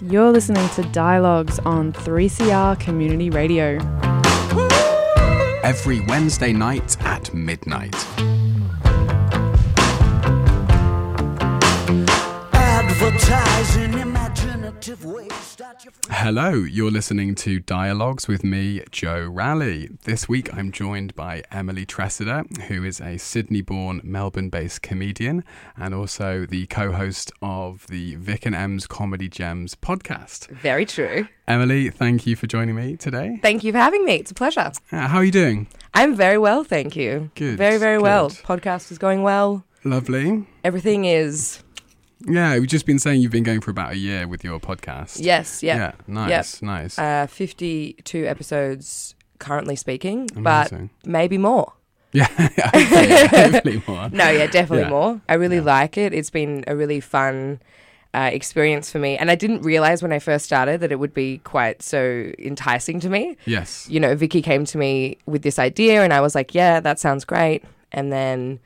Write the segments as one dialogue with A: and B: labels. A: You're listening to Dialogues on 3CR Community Radio.
B: Every Wednesday night at midnight.
C: Advertising imaginative ways. Start your
B: Hello, you're listening to Dialogues with me, Joe Raleigh. This week I'm joined by Emily Tressida, who is a Sydney born, Melbourne based comedian and also the co host of the Vic and M's Comedy Gems podcast.
D: Very true.
B: Emily, thank you for joining me today.
D: Thank you for having me. It's a pleasure.
B: Uh, How are you doing?
D: I'm very well, thank you.
B: Good,
D: Very, very well.
B: good.
D: Podcast is going well.
B: Lovely.
D: Everything is.
B: Yeah, we've just been saying you've been going for about a year with your podcast.
D: Yes, yeah.
B: Yeah, nice, nice.
D: Uh, 52 episodes currently speaking,
B: Amazing.
D: but maybe more.
B: yeah, hopefully, yeah, hopefully more.
D: No, yeah, definitely
B: Yeah.
D: more. I really
B: Yeah.
D: like it. It's been a really fun uh, experience for me. And I didn't realize when I first started that it would be quite so enticing to me.
B: Yes.
D: you know, Vicky came to me with this idea, and I was like, yeah, that sounds great. And then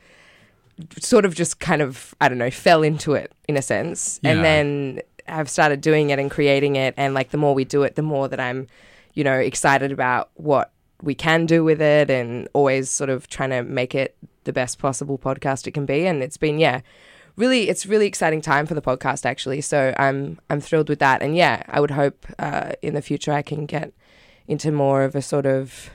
D: sort of just kind of, I don't know, fell into it in a sense.
B: Yeah.
D: And then I've started doing it and creating it. And like the more we do it, the more that I'm, you know, excited about what we can do with it and always sort of trying to make it the best possible podcast it can be. And it's been, yeah. Really, it's really exciting time for the podcast, actually. So I'm I'm thrilled with that, and yeah, I would hope uh, in the future I can get into more of a sort of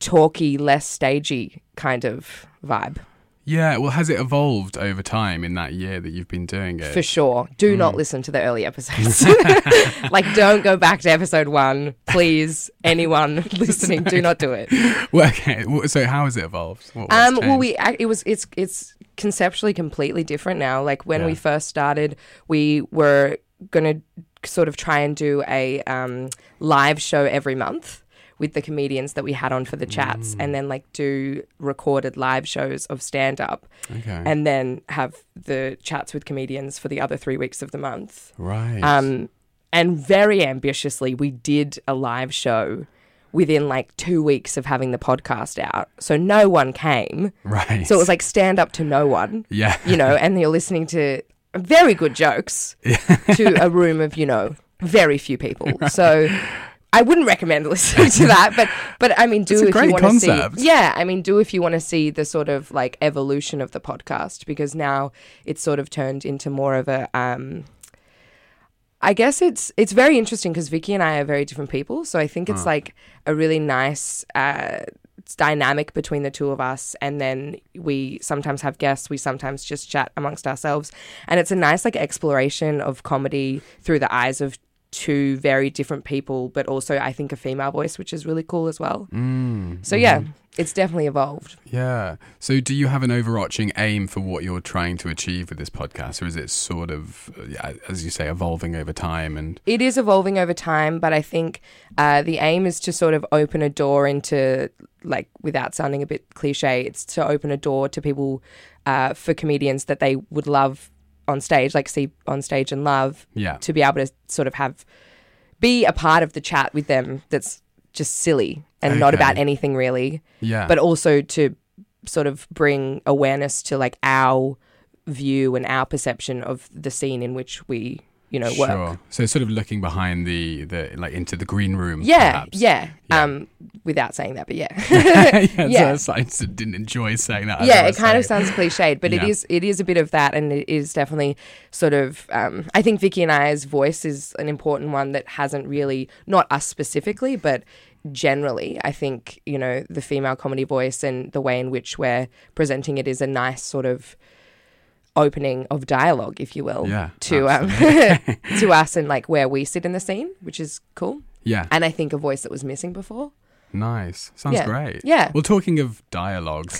D: talky, less stagey kind of vibe.
B: Yeah, well, has it evolved over time in that year that you've been doing it?
D: For sure. Do
B: Mm.
D: not listen to the early episodes. like, don't go back to episode one. Please, anyone listening, do not do it.
B: Well, okay, well, so how has it evolved? What, what's
D: Um, well,
B: changed?
D: we ac- it was it's it's conceptually completely different now. Like when we
B: Yeah.
D: first started, we were gonna sort of try and do a um, live show every month with the comedians that we had on for the
B: Mm.
D: chats, and then like do recorded live shows of stand up,
B: okay,
D: and then have the chats with comedians for the other three weeks of the month.
B: right,
D: Um, and very ambitiously, we did a live show within like two weeks of having the podcast out. So no one came.
B: right.
D: So it was like stand up to no one,
B: yeah,
D: you know, and you're listening to very good jokes to a room of, you know, very few people. So I wouldn't recommend listening to that, but but I mean do
B: It's a
D: if
B: great
D: you want to
B: concept.
D: see Yeah, I mean do if you want to see the sort of like evolution of the podcast because now it's sort of turned into more of a um I guess it's it's very interesting because Vicky and I are very different people, so I think
B: Ah.
D: it's like a really nice uh, dynamic between the two of us. And then we sometimes have guests, we sometimes just chat amongst ourselves, and it's a nice like exploration of comedy through the eyes of two very different people, but also I think a female voice, which is really cool as well.
B: Mm,
D: So yeah, it's definitely evolved.
B: yeah. So, do you have an overarching aim for what you're trying to achieve with this podcast, or is it sort of, uh, yeah, as you say, evolving over time? And
D: it is evolving over time, but I think uh, the aim is to sort of open a door into, like, without sounding a bit cliche, it's to open a door to people uh, for comedians that they would love on stage, like see on stage and love,
B: yeah,
D: to be able to sort of have be a part of the chat with them that's just silly and not
B: Okay.
D: about anything really
B: yeah,
D: but also to sort of bring awareness to like our view and our perception of the scene in which we you know work
B: sure. So, sort of looking behind the the like into the green room.
D: yeah,
B: perhaps.
D: yeah
B: Yeah.
D: Um, without saying that, but yeah,
B: yeah,
D: Yeah.
B: So I just didn't enjoy saying that. as I
D: yeah. It
B: was
D: kind of
B: saying.
D: sounds cliched, but it
B: Yeah.
D: is it is a bit of that, and it is definitely sort of. Um, I think Vicky and I's voice is an important one that hasn't really not us specifically, but generally, I think you know the female comedy voice and the way in which we're presenting it is a nice sort of opening of dialogue, if you will,
B: Yeah,
D: to um, to us and like where we sit in the scene, which is cool.
B: yeah.
D: And I think a voice that was missing before.
B: Nice. Sounds
D: Yeah.
B: great.
D: Yeah.
B: Well, talking of dialogues.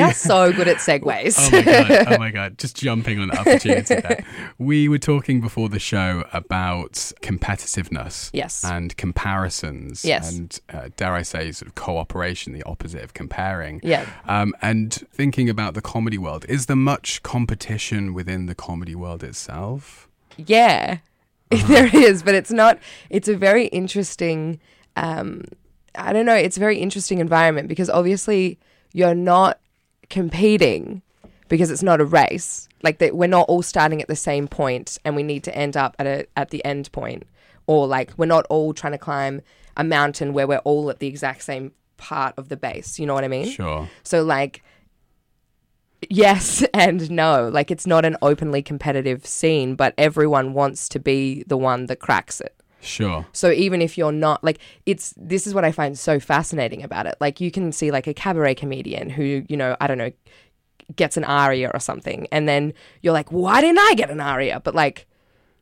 D: are so good at segues.
B: oh my god. Oh my god. Just jumping on the opportunity there. We were talking before the show about competitiveness.
D: Yes.
B: And comparisons.
D: Yes.
B: And uh, dare I say, sort of cooperation, the opposite of comparing.
D: Yeah.
B: Um, and thinking about the comedy world, is there much competition within the comedy world itself?
D: Yeah, there is, but it's not. It's a very interesting. Um, I don't know. It's a very interesting environment because obviously you're not competing, because it's not a race. Like that, we're not all starting at the same point, and we need to end up at a at the end point, or like we're not all trying to climb a mountain where we're all at the exact same part of the base. You know what I mean?
B: Sure.
D: So like yes and no. Like it's not an openly competitive scene, but everyone wants to be the one that cracks it.
B: Sure.
D: So even if you're not like it's this is what I find so fascinating about it. Like you can see like a cabaret comedian who, you know, I don't know, gets an aria or something and then you're like, "Why didn't I get an aria?" But like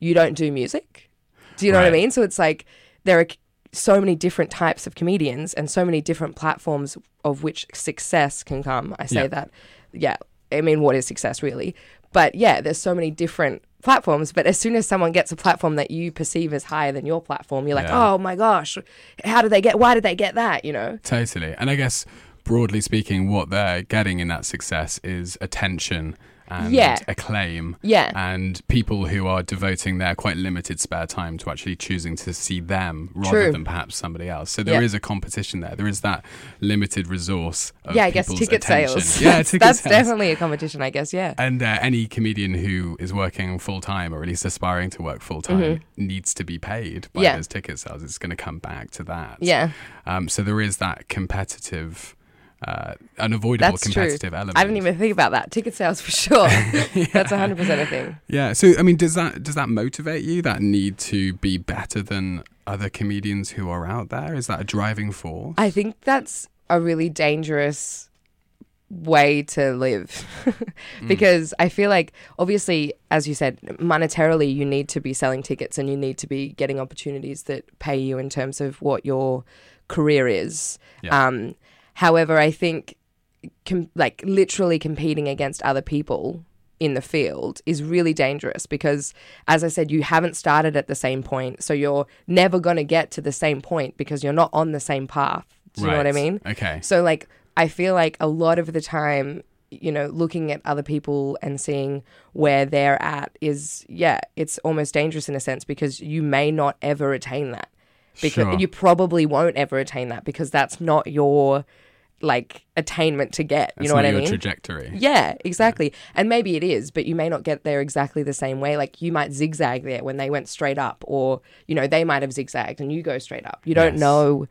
D: you don't do music. Do you know what I
B: Right.
D: mean? So it's like there are c- so many different types of comedians and so many different platforms of which success can come. I say
B: Yeah.
D: that. Yeah. I mean, what is success really? But yeah, there's so many different platforms. But as soon as someone gets a platform that you perceive as higher than your platform, you're like,
B: Yeah.
D: oh my gosh, how did they get, why did they get that? You know?
B: Totally. And I guess broadly speaking, what they're getting in that success is attention and
D: Yeah.
B: acclaim.
D: Yeah.
B: And people who are devoting their quite limited spare time to actually choosing to see them rather
D: True.
B: than perhaps somebody else. So there is
D: Yeah.
B: a competition there. There is that limited resource of
D: yeah, I guess
B: people's
D: ticket
B: attention.
D: sales.
B: Yeah,
D: that's
B: ticket
D: that's
B: sales.
D: definitely a competition, I guess. Yeah.
B: And uh, any comedian who is working full time, or at least aspiring to work full time, needs to be paid by
D: Mm-hmm. Yeah.
B: those ticket sales. It's going to come back to that.
D: Yeah.
B: Um, so there is that competitive, uh, unavoidable competitive element.
D: I didn't even think about that. Ticket sales for sure. That's 100% a thing.
B: Yeah. So I mean, does that does that motivate you? That need to be better than other comedians who are out there? Is that a driving force?
D: I think that's a really dangerous way to live because I feel like obviously as you said monetarily you need to be selling tickets and you need to be getting opportunities that pay you in terms of what your career is
B: Yeah.
D: um however I think com- like literally competing against other people in the field is really dangerous because as i said you haven't started at the same point so you're never going to get to the same point because you're not on the same path do you know what i
B: Right.
D: mean
B: Okay.
D: so like I feel like a lot of the time, you know, looking at other people and seeing where they're at is yeah, it's almost dangerous in a sense because you may not ever attain that. Because
B: Sure.
D: you probably won't ever attain that because that's not your like attainment to get. you
B: That's
D: know what
B: not
D: I
B: your
D: mean?
B: trajectory.
D: Yeah, exactly. And maybe it is, but you may not get there exactly the same way. Like you might zigzag there when they went straight up, or you know they might have zigzagged and you go straight up. You don't
B: Yes.
D: know.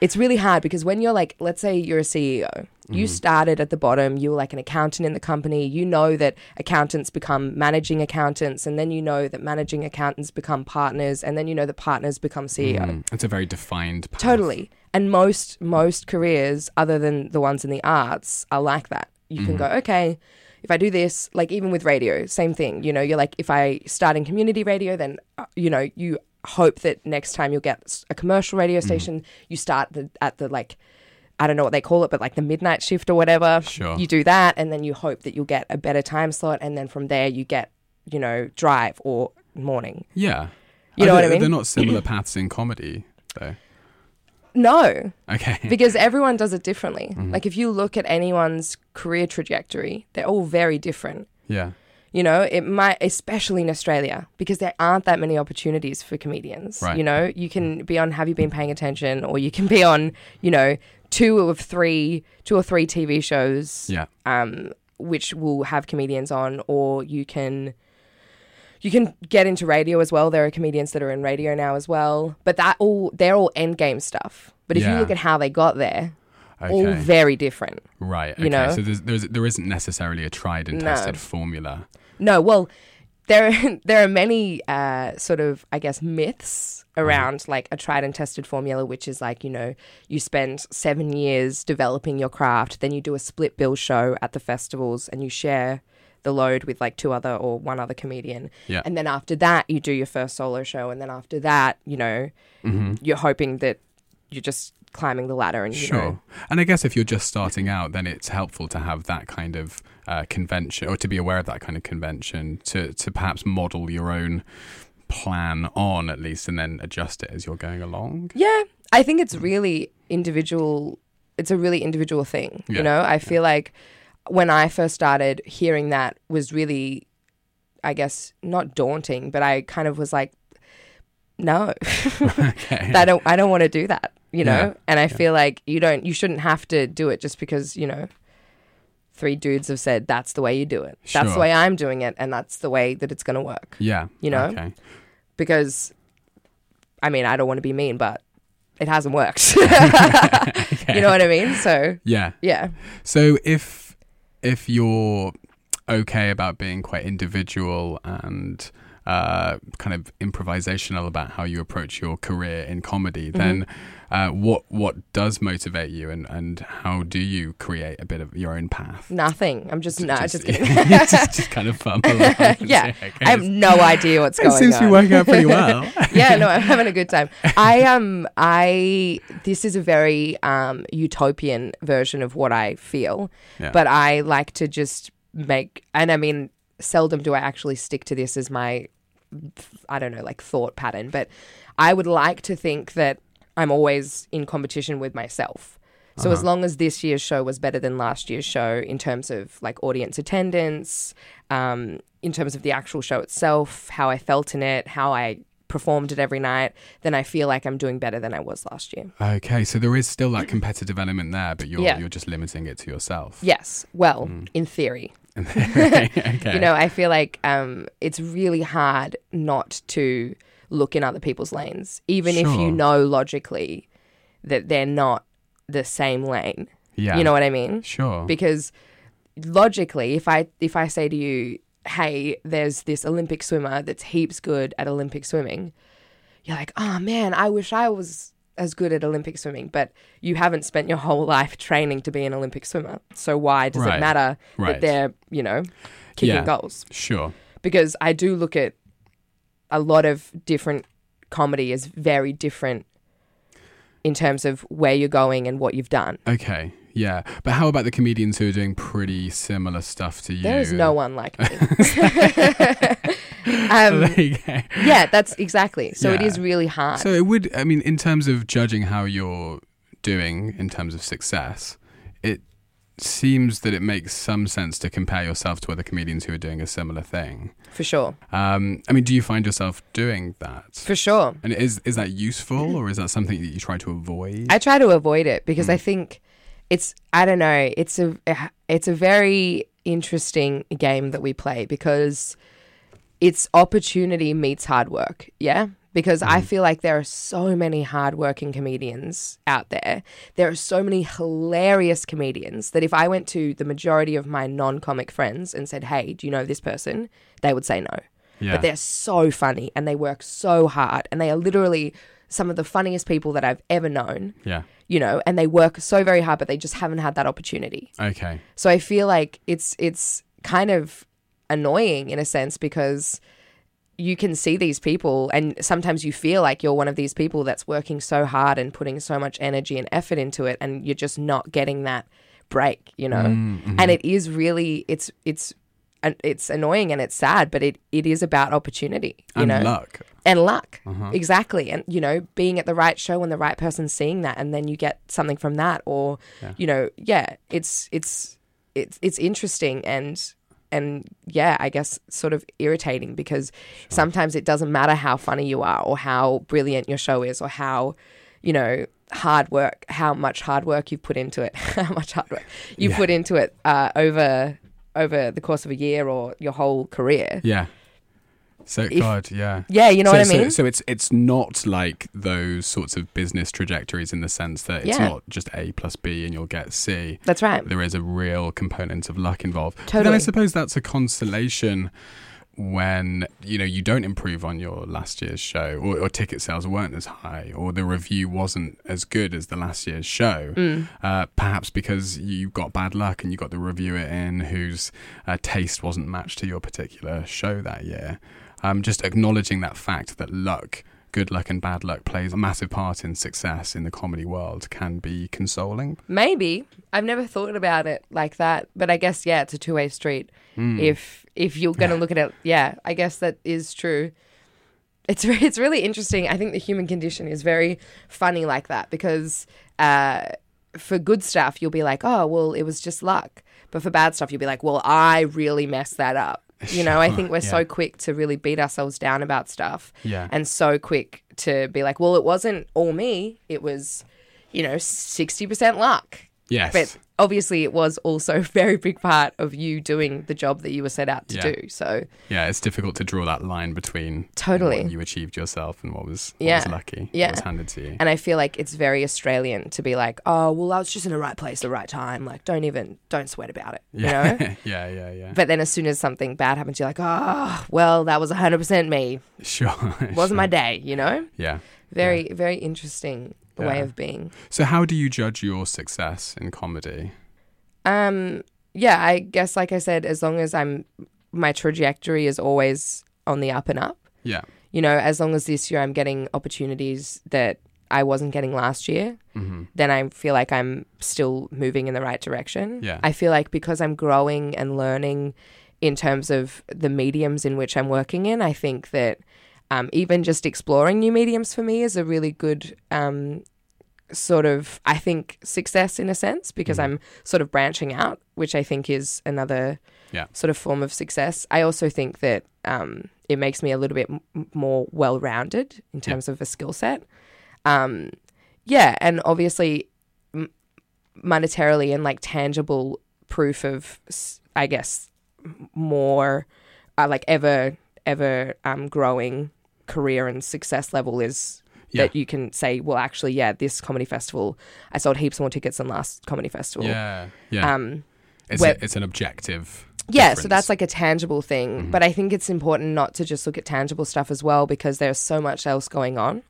D: It's really hard because when you're like, let's say you're a CEO, you started at the bottom, you were like an accountant in the company. You know that accountants become managing accountants, and then you know that managing accountants become partners, and then you know that partners become E CEO.
B: Mm, It's a very defined. Path.
D: Totally. And most most careers, other than the ones in the arts, are like that. You
B: Mm-hmm.
D: can go, okay, if I do this, like even with radio, same thing. You know, you're like, if I start in community radio, then uh, you know, you hope that next time you'll get s- a commercial radio
B: Mm-hmm.
D: station. You start the, at the like. I don't know what they call it, but like the midnight shift or whatever.
B: Sure.
D: You do that, and then you hope that you'll get a better time slot, and then from there you get, you know, drive or morning.
B: Yeah.
D: You
B: Are they-
D: know what I mean?
B: They're not similar paths in comedy, though.
D: No,
B: Okay.
D: because everyone does it differently.
B: Mm-hmm.
D: Like if you look at anyone's career trajectory, they're all very different.
B: yeah.
D: You know, it might, especially in Australia, because there aren't that many opportunities for comedians.
B: Right. Mm.
D: You know, you can be on Have You Been Paying Attention, or you can be on, you know, two of three, two or three TV shows,
B: Yeah.
D: um, which will have comedians on, or you can. You can get into radio as well. There are comedians that are in radio now as well, but that all they're all end game stuff. But if
B: Yeah.
D: you look at how they got there, all
B: Okay.
D: very different.
B: right. Okay.
D: you know?
B: So there's, there's, there isn't necessarily a tried and
D: No.
B: tested formula.
D: No, well, there there are many uh, sort of I guess myths
B: Mm-hmm.
D: around like a tried and tested formula, which is like you know you spend seven years developing your craft, then you do a split bill show at the festivals, and you share the load with like two other or one other comedian,
B: Yeah.
D: and then after that you do your first solo show, and then after that you know
B: Mm-hmm.
D: you're hoping that you're just climbing the ladder and you
B: Sure.
D: know
B: And I guess if you're just starting out, then it's helpful to have that kind of uh, convention or to be aware of that kind of convention to, to perhaps model your own plan on at least and then adjust it as you're going along.
D: Yeah, I think it's really individual. It's a really individual thing.
B: Yeah.
D: You know, I feel like when I first started hearing that was really, I guess, not daunting, but I kind of was like, no,
B: Okay.
D: I don't, I don't want to do that. You know,
B: Yeah.
D: and I feel like you don't, you shouldn't have to do it just because you know three dudes have said that's the way you do it. That's the
B: Sure.
D: way I'm doing it, and that's the way that it's going to work.
B: Yeah.
D: You know?
B: Okay.
D: Because, I mean, I don't want to be mean, but it hasn't worked. You know what I mean? So
B: Yeah.
D: yeah,
B: So if if you're okay about being quite individual and uh, kind of improvisational about how you approach your career in comedy,
D: Mm-hmm.
B: then uh, what what does motivate you, and, and how do you create a bit of your own path?
D: nothing. I'm just
B: J-
D: no, just kidding.
B: just, just kind of fumble. along and
D: Yeah,
B: say, okay,
D: I have no idea what's
B: it
D: going on.
B: seems to be working out pretty well.
D: yeah, no, I'm having a good time. I um I this is a very um utopian version of what I feel.
B: Yeah.
D: But I like to just make and I mean seldom do I actually stick to this as my I don't know, like thought pattern, but I would like to think that I'm always in competition with myself. So as long as this year's show was better than last year's show in terms of like audience attendance, um, in terms of the actual show itself, how I felt in it, how I performed it every night, then I feel like I'm doing better than I was last year.
B: okay, so there is still that competitive element there, but you're
D: Yeah.
B: you're just limiting it to yourself.
D: Yes. Well,
B: Mm.
D: in theory.
B: okay.
D: You know, I feel like um, it's really hard not to look in other people's lanes, even if
B: Sure.
D: you know logically that they're not the same lane.
B: yeah.
D: You know what I mean?
B: Sure.
D: Because logically, if I if I say to you, "Hey, there's this Olympic swimmer that's heaps good at Olympic swimming," you're like, "Oh man, I wish I was." As good at Olympic swimming, but you haven't spent your whole life training to be an Olympic swimmer. So why does
B: Right.
D: it matter
B: Right.
D: that they're, you know, kicking
B: Yeah.
D: goals?
B: sure.
D: because I do look at a lot of different comedy as very different in terms of where you're going and what you've done.
B: Okay, yeah. But how about the comedians who are doing pretty similar stuff to you?
D: There is no one like me. um,
B: There you go.
D: yeah, that's exactly. So it
B: Yeah.
D: is really hard.
B: so it would, I mean, in terms of judging how you're doing in terms of success, it seems that it makes some sense to compare yourself to other comedians who are doing a similar thing.
D: for sure.
B: Um, I mean, do you find yourself doing that?
D: For sure.
B: and is is that useful or is that something that you try to avoid?
D: I try to avoid it because I think it's I don't know it's a it's a very interesting game that we play because it's opportunity meets hard work. Yeah. Because I feel like there are so many hardworking comedians out there. There are so many hilarious comedians that if I went to the majority of my non comic friends and said, hey, do you know this person? They would say no
B: yeah.
D: but they're so funny and they work so hard and they are literally some of the funniest people that I've ever known,
B: yeah.
D: you know, and they work so very hard but they just haven't had that opportunity.
B: Okay.
D: So I feel like it's it's kind of annoying in a sense because you can see these people and sometimes you feel like you're one of these people that's working so hard and putting so much energy and effort into it and you're just not getting that break, you know.
B: Mm-hmm. Mm,
D: And it is really it's it's and it's annoying and it's sad, but it, it is about opportunity, you
B: and
D: know,
B: luck.
D: and luck,
B: Uh-huh.
D: exactly, and you know, being at the right show and the right person seeing that, and then you get something from that, or you know, yeah, it's it's it's it's interesting and and yeah, I guess sort of irritating because sometimes it doesn't matter how funny you are or how brilliant your show is or how you know hard work how much hard work you've put into it how much hard work you put into it uh, over over the course of a year or your whole career
B: Yeah. So God, yeah.
D: yeah you know
B: so,
D: what i
B: so-
D: mean
B: So, it's it's not like those sorts of business trajectories in the sense that it's
D: Yeah.
B: not just A plus B and you'll get C.
D: that's right
B: There is a real component of luck involved. But then I
D: Totally.
B: suppose that's a consolation when you know you don't improve on your last year's show or, or ticket sales weren't as high or the review wasn't as good as the last year's show
D: Mm.
B: uh, perhaps because you got bad luck and you got the reviewer in whose uh, taste wasn't matched to your particular show that year um, just acknowledging that fact that luck good luck and bad luck plays a massive part in success in the comedy world can be consoling
D: Maybe. I've never thought about it like that, but I guess yeah, it's a two-way street.
B: Hmm.
D: If if you're going to look at it, yeah, I guess that is true. It's re- it's really interesting. I think the human condition is very funny like that because uh, for good stuff you'll be like, "Oh, well, it was just luck." But for bad stuff you'll be like, "Well, I really messed that up." You know, I think we're so quick to really beat ourselves down about stuff
B: yeah
D: and so quick to be like, well, it wasn't all me. It was, you know, 60% luck.
B: Yes.
D: But obviously, it was also a very big part of you doing the job that you were set out to
B: Yeah.
D: do. So,
B: yeah, it's difficult to draw that line between
D: Totally.
B: what you achieved yourself and what was, what
D: Yeah.
B: was lucky,
D: Yeah.
B: what was handed to you.
D: and I feel like it's very Australian to be like, oh, well, I was just in the right place at the right time. Like, don't even, don't sweat about it,
B: yeah.
D: you know?
B: yeah, yeah, yeah.
D: But then as soon as something bad happens, you're like, oh, well, that was 100% me.
B: Sure.
D: Wasn't my day, you know?
B: Yeah.
D: Very, very interesting way
B: Yeah.
D: of being.
B: So, how do you judge your success in comedy?
D: Um, yeah, I guess, like I said, as long as I'm, my trajectory is always on the up and up.
B: Yeah.
D: You know, as long as this year I'm getting opportunities that I wasn't getting last year, then I feel like I'm still moving in the right direction.
B: Yeah.
D: I feel like because I'm growing and learning in terms of the mediums in which I'm working in, I think that um, even just exploring new mediums for me is a really good um, sort of, I think, success in a sense because
B: Mm-hmm.
D: I'm sort of branching out, which I think is another
B: Yeah.
D: sort of form of success. I also think that um, it makes me a little bit m- more well rounded in
B: Yeah.
D: terms of a skill set. Um, yeah, and obviously, m- monetarily and like tangible proof of, s- I guess, m- more uh, like ever ever um, growing career and success level is
B: Yeah.
D: that you can say, well, actually, yeah, this comedy festival, I sold heaps more tickets than last comedy festival.
B: Yeah. Yeah.
D: Um,
B: it's,
D: where-
B: a, it's an objective.
D: yeah, so
B: difference. Mm-hmm.
D: that's like a tangible thing. But I think it's important not to just look at tangible stuff as well because there's so much else going on.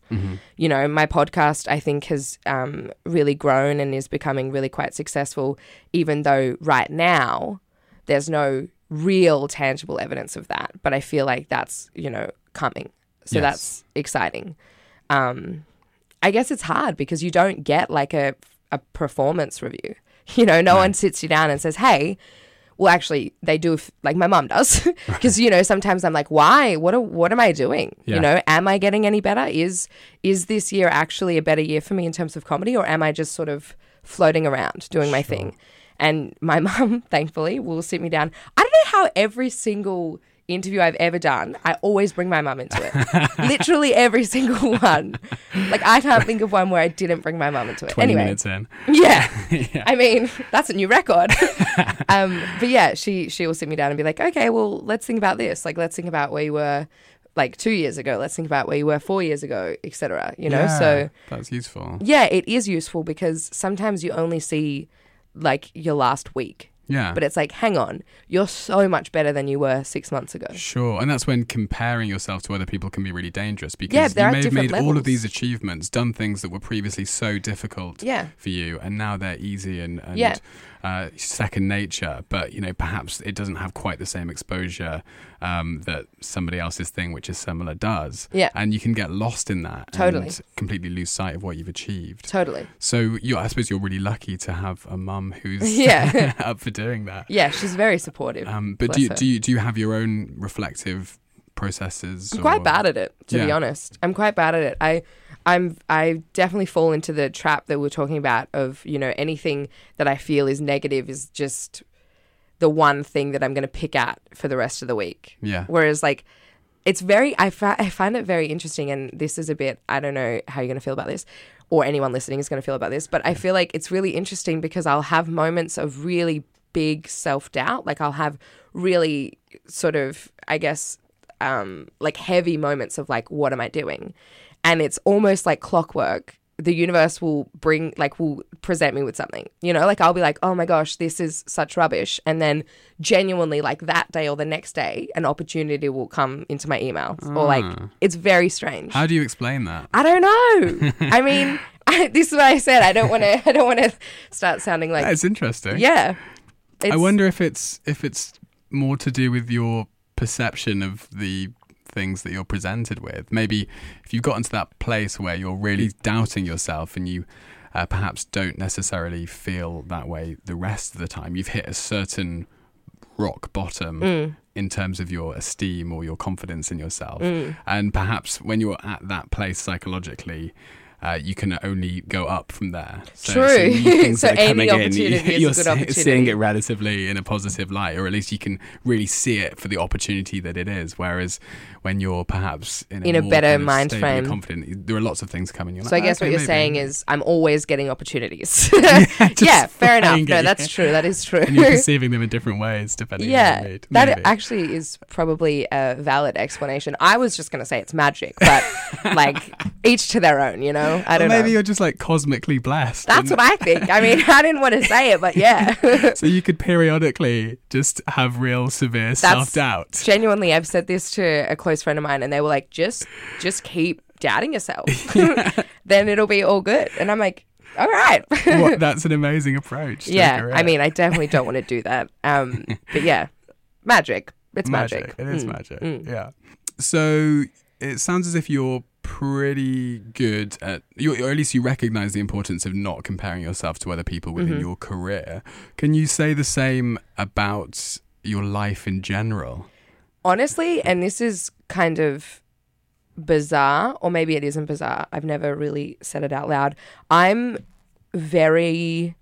D: You know, my podcast, I think, has um, really grown and is becoming really quite successful, even though right now there's no real tangible evidence of that. But I feel like that's, you know, coming. So
B: Yes.
D: that's exciting. Um, I guess it's hard because you don't get like a, a performance review. You know, no one sits you down and says, hey, well, actually, they do. If, like my mum does, because you know sometimes I'm like, why? What? Are, what am I doing?
B: Yeah.
D: You know, am I getting any better? Is is this year actually a better year for me in terms of comedy, or am I just sort of floating around doing my thing? And my mum, thankfully, will sit me down. I don't know how every single interview I've ever done, I always bring my mum into it. Literally every single one. Like I can't think of one where I didn't bring my mum into it.
B: 20
D: anyway,
B: minutes in.
D: yeah. I mean, that's a new record. um, but yeah, she she will sit me down and be like, okay, well, let's think about this. Like, let's think about where you were like two years ago. Let's think about where you were four years ago, etc. You know,
B: Yeah,
D: so
B: That's useful.
D: yeah, it is useful because sometimes you only see like your last week,
B: Yeah.
D: but it's like, hang on, you're so much better than you were six months ago.
B: Sure, and that's when comparing yourself to other people can be really dangerous because
D: there
B: you
D: are
B: may have made
D: different
B: all of
D: levels.
B: these achievements, done things that were previously so difficult
D: Yeah.
B: for you, and now they're easy and, and
D: Yeah.
B: uh, second nature. But you know, perhaps it doesn't have quite the same exposure um, that somebody else's thing, which is similar, does.
D: Yeah.
B: and you can get lost in that
D: Totally.
B: and completely lose sight of what you've achieved.
D: Totally.
B: So you, I suppose you're really lucky to have a mum who's
D: Yeah.
B: up for doing that.
D: Yeah, she's very supportive.
B: Um, but
D: Bless
B: do you,
D: her.
B: do you do you have your own reflective processes?
D: I'm quite
B: or-
D: bad at it, to be
B: uh, Yeah.
D: honest. I'm quite bad at it. I, I'm, I definitely fall into the trap that we we're talking about of you know anything that I feel is negative is just the one thing that I'm going to pick at for the rest of the week.
B: Yeah.
D: Whereas like. It's very, I, fi- I find it very interesting. And this is a bit, I don't know how you're going to feel about this or anyone listening is going to feel about this, but I feel like it's really interesting because I'll have moments of really big self doubt. Like I'll have really sort of, I guess, um, like heavy moments of like, what am I doing? And it's almost like clockwork. The universe will bring, like, will present me with something, you know, like I'll be like, oh my gosh, this is such rubbish. And then genuinely, like that day or the next day, an opportunity will come into my email. Or like, it's very strange.
B: Mm. How do you explain that?
D: I don't know. I mean, I, this is what I said. I don't want to. I don't want to start sounding like
B: It's interesting.
D: yeah. It's,
B: I wonder if it's if it's more to do with your perception of the things that you're presented with. Maybe if you've gotten to that place where you're really doubting yourself and you uh, perhaps don't necessarily feel that way the rest of the time. You've hit a certain rock bottom
D: Mm.
B: in terms of your
D: Mm.
B: esteem or your confidence in yourself. And perhaps when you're at that place psychologically, uh, you can only go up from there.
D: True.
B: new things
D: So
B: that are
D: any
B: coming in,
D: opportunity is
B: you're
D: a good
B: se- seeing
D: opportunity.
B: it relatively in a positive light, or at least you can really see it for the opportunity that it is. Whereas when you're perhaps in a,
D: In a
B: more
D: better
B: kind of
D: mind
B: stable and
D: frame.
B: confident, there are lots of things coming. You're
D: So
B: like,
D: I guess
B: "Okay,
D: what you're
B: maybe."
D: saying is I'm always getting opportunities. yeah,
B: just
D: fair enough.
B: flying
D: No,
B: it,
D: that's
B: yeah.
D: true. That is true.
B: and you're perceiving them in different ways depending. on your
D: Yeah,
B: mood.
D: that
B: Maybe.
D: actually is probably a valid explanation. I was just going to say it's magic, but like each to their own, you know? I
B: Or
D: don't
B: maybe
D: know.
B: you're just like cosmically blessed. and-
D: That's what I think. I mean, I didn't want to say it, but yeah.
B: so you could periodically just have real severe self doubt.
D: Genuinely, I've said this to a close friend of mine, and they were like, "Just, just keep doubting yourself, then it'll be all good." And I'm like, "All right."
B: what, that's an amazing approach. to a
D: yeah,
B: career.
D: I mean, I definitely don't want to do that. Um, but yeah, magic. It's magic.
B: It is
D: Mm.
B: magic. Yeah. So it sounds as if you're pretty good at, you or at least you recognize the importance of not comparing yourself to other people within
D: Mm-hmm.
B: your career. Can you say the same about your life in general?
D: honestly, and this is kind of bizarre, or maybe it isn't bizarre. I've never really said it out loud. I'm very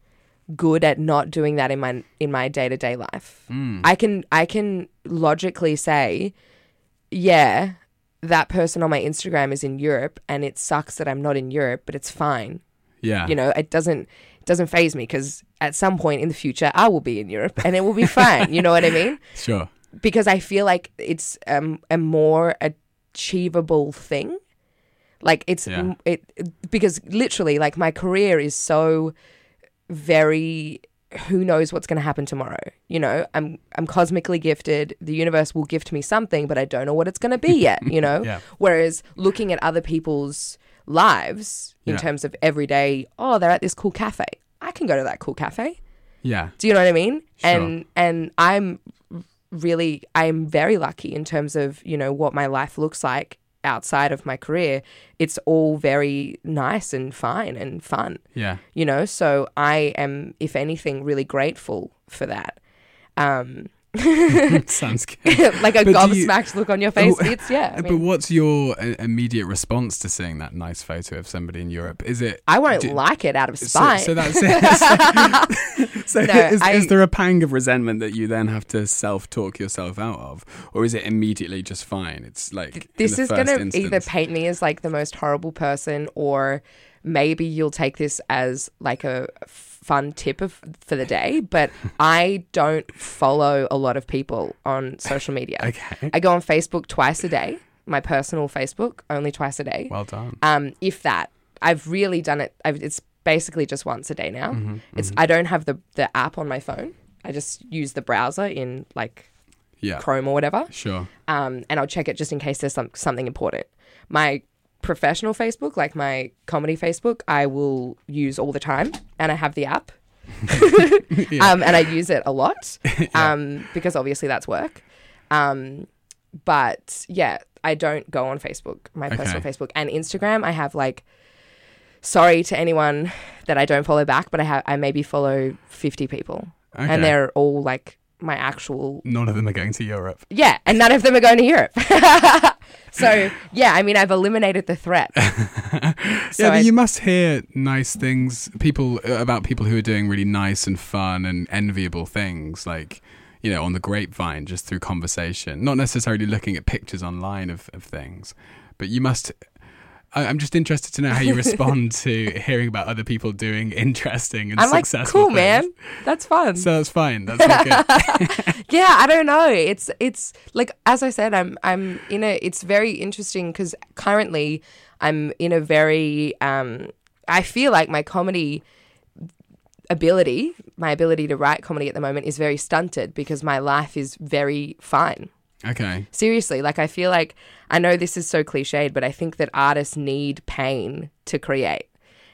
D: good at not doing that in my in my day to day life.
B: Hmm. Mm.
D: I can I can logically say, yeah, that person on my Instagram is in Europe, and it sucks that I'm not in Europe, but it's fine
B: Yeah.
D: you know it doesn't it doesn't phase me because at some point in the future i will be in europe and it will be fine you know what i mean
B: Sure.
D: because i feel like it's um, a more achievable thing like it's
B: Yeah.
D: it it- because literally like my career is so very who knows what's going to happen tomorrow you know i'm i'm cosmically gifted the universe will gift me something but i don't know what it's going to be yet you know
B: Yeah.
D: whereas looking at other people's lives in
B: Yeah.
D: terms of everyday oh they're at this cool cafe i can go to that cool cafe
B: Yeah.
D: do you know what i mean
B: Sure.
D: and and i'm really i'm very lucky in terms of you know what my life looks like outside of my career it's all very nice and fine and fun
B: Yeah.
D: you know so i am if anything really grateful for that um
B: Sounds good.
D: like a
B: But do you-
D: gobsmacked look on your face
B: Oh,
D: it's yeah I,
B: but
D: mean,
B: what's your uh, immediate response to seeing that nice photo of somebody in Europe? Is it
D: I won't
B: do-
D: like it out of
B: So,
D: spite
B: so that's it. so
D: No,
B: is,
D: I-
B: is there a pang of resentment that you then have to self-talk yourself out of, or is it immediately just fine? It's like
D: this
B: in the
D: is going
B: first
D: to
B: instance.
D: either paint me as like the most horrible person or maybe you'll take this as like a fun tip of, for the day but i don't follow a lot of people on social media
B: Okay.
D: i go on facebook twice a day my personal facebook only twice a day
B: Well done.
D: um, if that. I've really done it. I've, it's basically just once a day now.
B: Mm-hmm.
D: It's I don't have the the app on my phone. I just use the browser in like
B: Yeah.
D: Chrome or whatever,
B: Sure.
D: um, and I'll check it just in case there's some, something important. My professional Facebook, like my comedy Facebook, I will use all the time, and I have the app, um, and I use it a lot um, because obviously that's work. Um, but yeah, I don't go on Facebook, my personal
B: Okay.
D: Facebook and Instagram. I have like, sorry to anyone that I don't follow back, but I have I maybe follow fifty people,
B: Okay.
D: and they're all like my actual
B: None of them are going to Europe.
D: yeah, and none of them are going to Europe. so yeah, I mean, I've eliminated the threat. So
B: yeah, but
D: I-
B: you must hear nice things, people uh, about people who are doing really nice and fun and enviable things, like you know, on the grapevine, just through conversation, not necessarily looking at pictures online of, of things, but you must. I, I'm just interested to know how you respond to hearing about other people doing interesting and
D: I'm like,
B: successful.
D: cool,
B: things.
D: man. That's fun.
B: So that's fine. That's all good.
D: yeah, I don't know. It's it's like as I said, I'm I'm in a. It's very interesting because currently I'm in a very. Um, I feel like my comedy ability, my ability to write comedy at the moment, is very stunted because my life is very fine.
B: okay.
D: Seriously, like I feel like I know this is so cliched, but I think that artists need pain to create.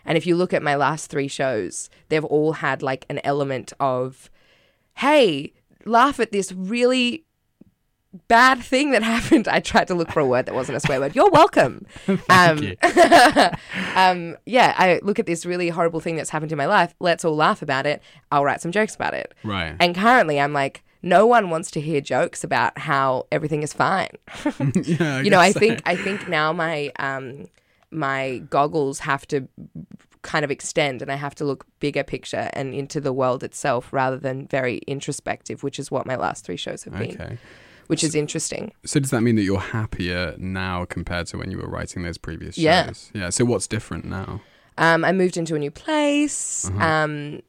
D: And if you look at my last three shows, they've all had like an element of, hey, laugh at this really bad thing that happened. I tried to look for a word that wasn't a swear word. You're welcome. um,
B: you.
D: um, yeah, I look at this really horrible thing that's happened in my life. Let's all laugh about it. I'll write some jokes about it.
B: Right.
D: And currently, I'm like, no one wants to hear jokes about how everything is fine.
B: yeah,
D: you know, I
B: guess so.
D: think I think now my um, my goggles have to kind of extend and I have to look bigger picture and into the world itself rather than very introspective, which is what my last three shows have been,
B: Okay.
D: which is interesting.
B: So does that mean that you're happier now compared to when you were writing those previous shows?
D: Yeah.
B: Yeah. So what's different now?
D: Um, I moved into a new place.
B: Mm-hmm.
D: Um,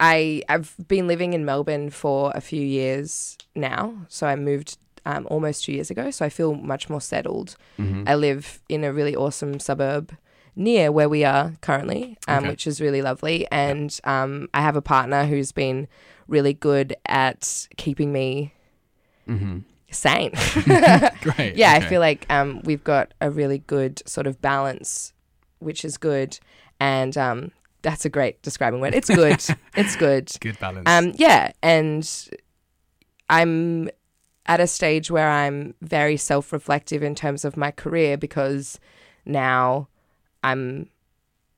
D: I, I've been living in Melbourne for a few years now. So I moved um, almost two years ago. So I feel much more settled.
B: Mm-hmm,
D: I live in a really awesome suburb near where we are currently, um,
B: Okay.
D: which is really lovely. And um, I have a partner who's been really good at keeping me sane.
B: mm-hmm. Great.
D: Uh,
B: okay.
D: yeah, I feel like um, we've got a really good sort of balance, which is good, and um, that's a great describing word. It's good. it's good.
B: good balance.
D: Um, yeah, and I'm at a stage where I'm very self-reflective in terms of my career because now I'm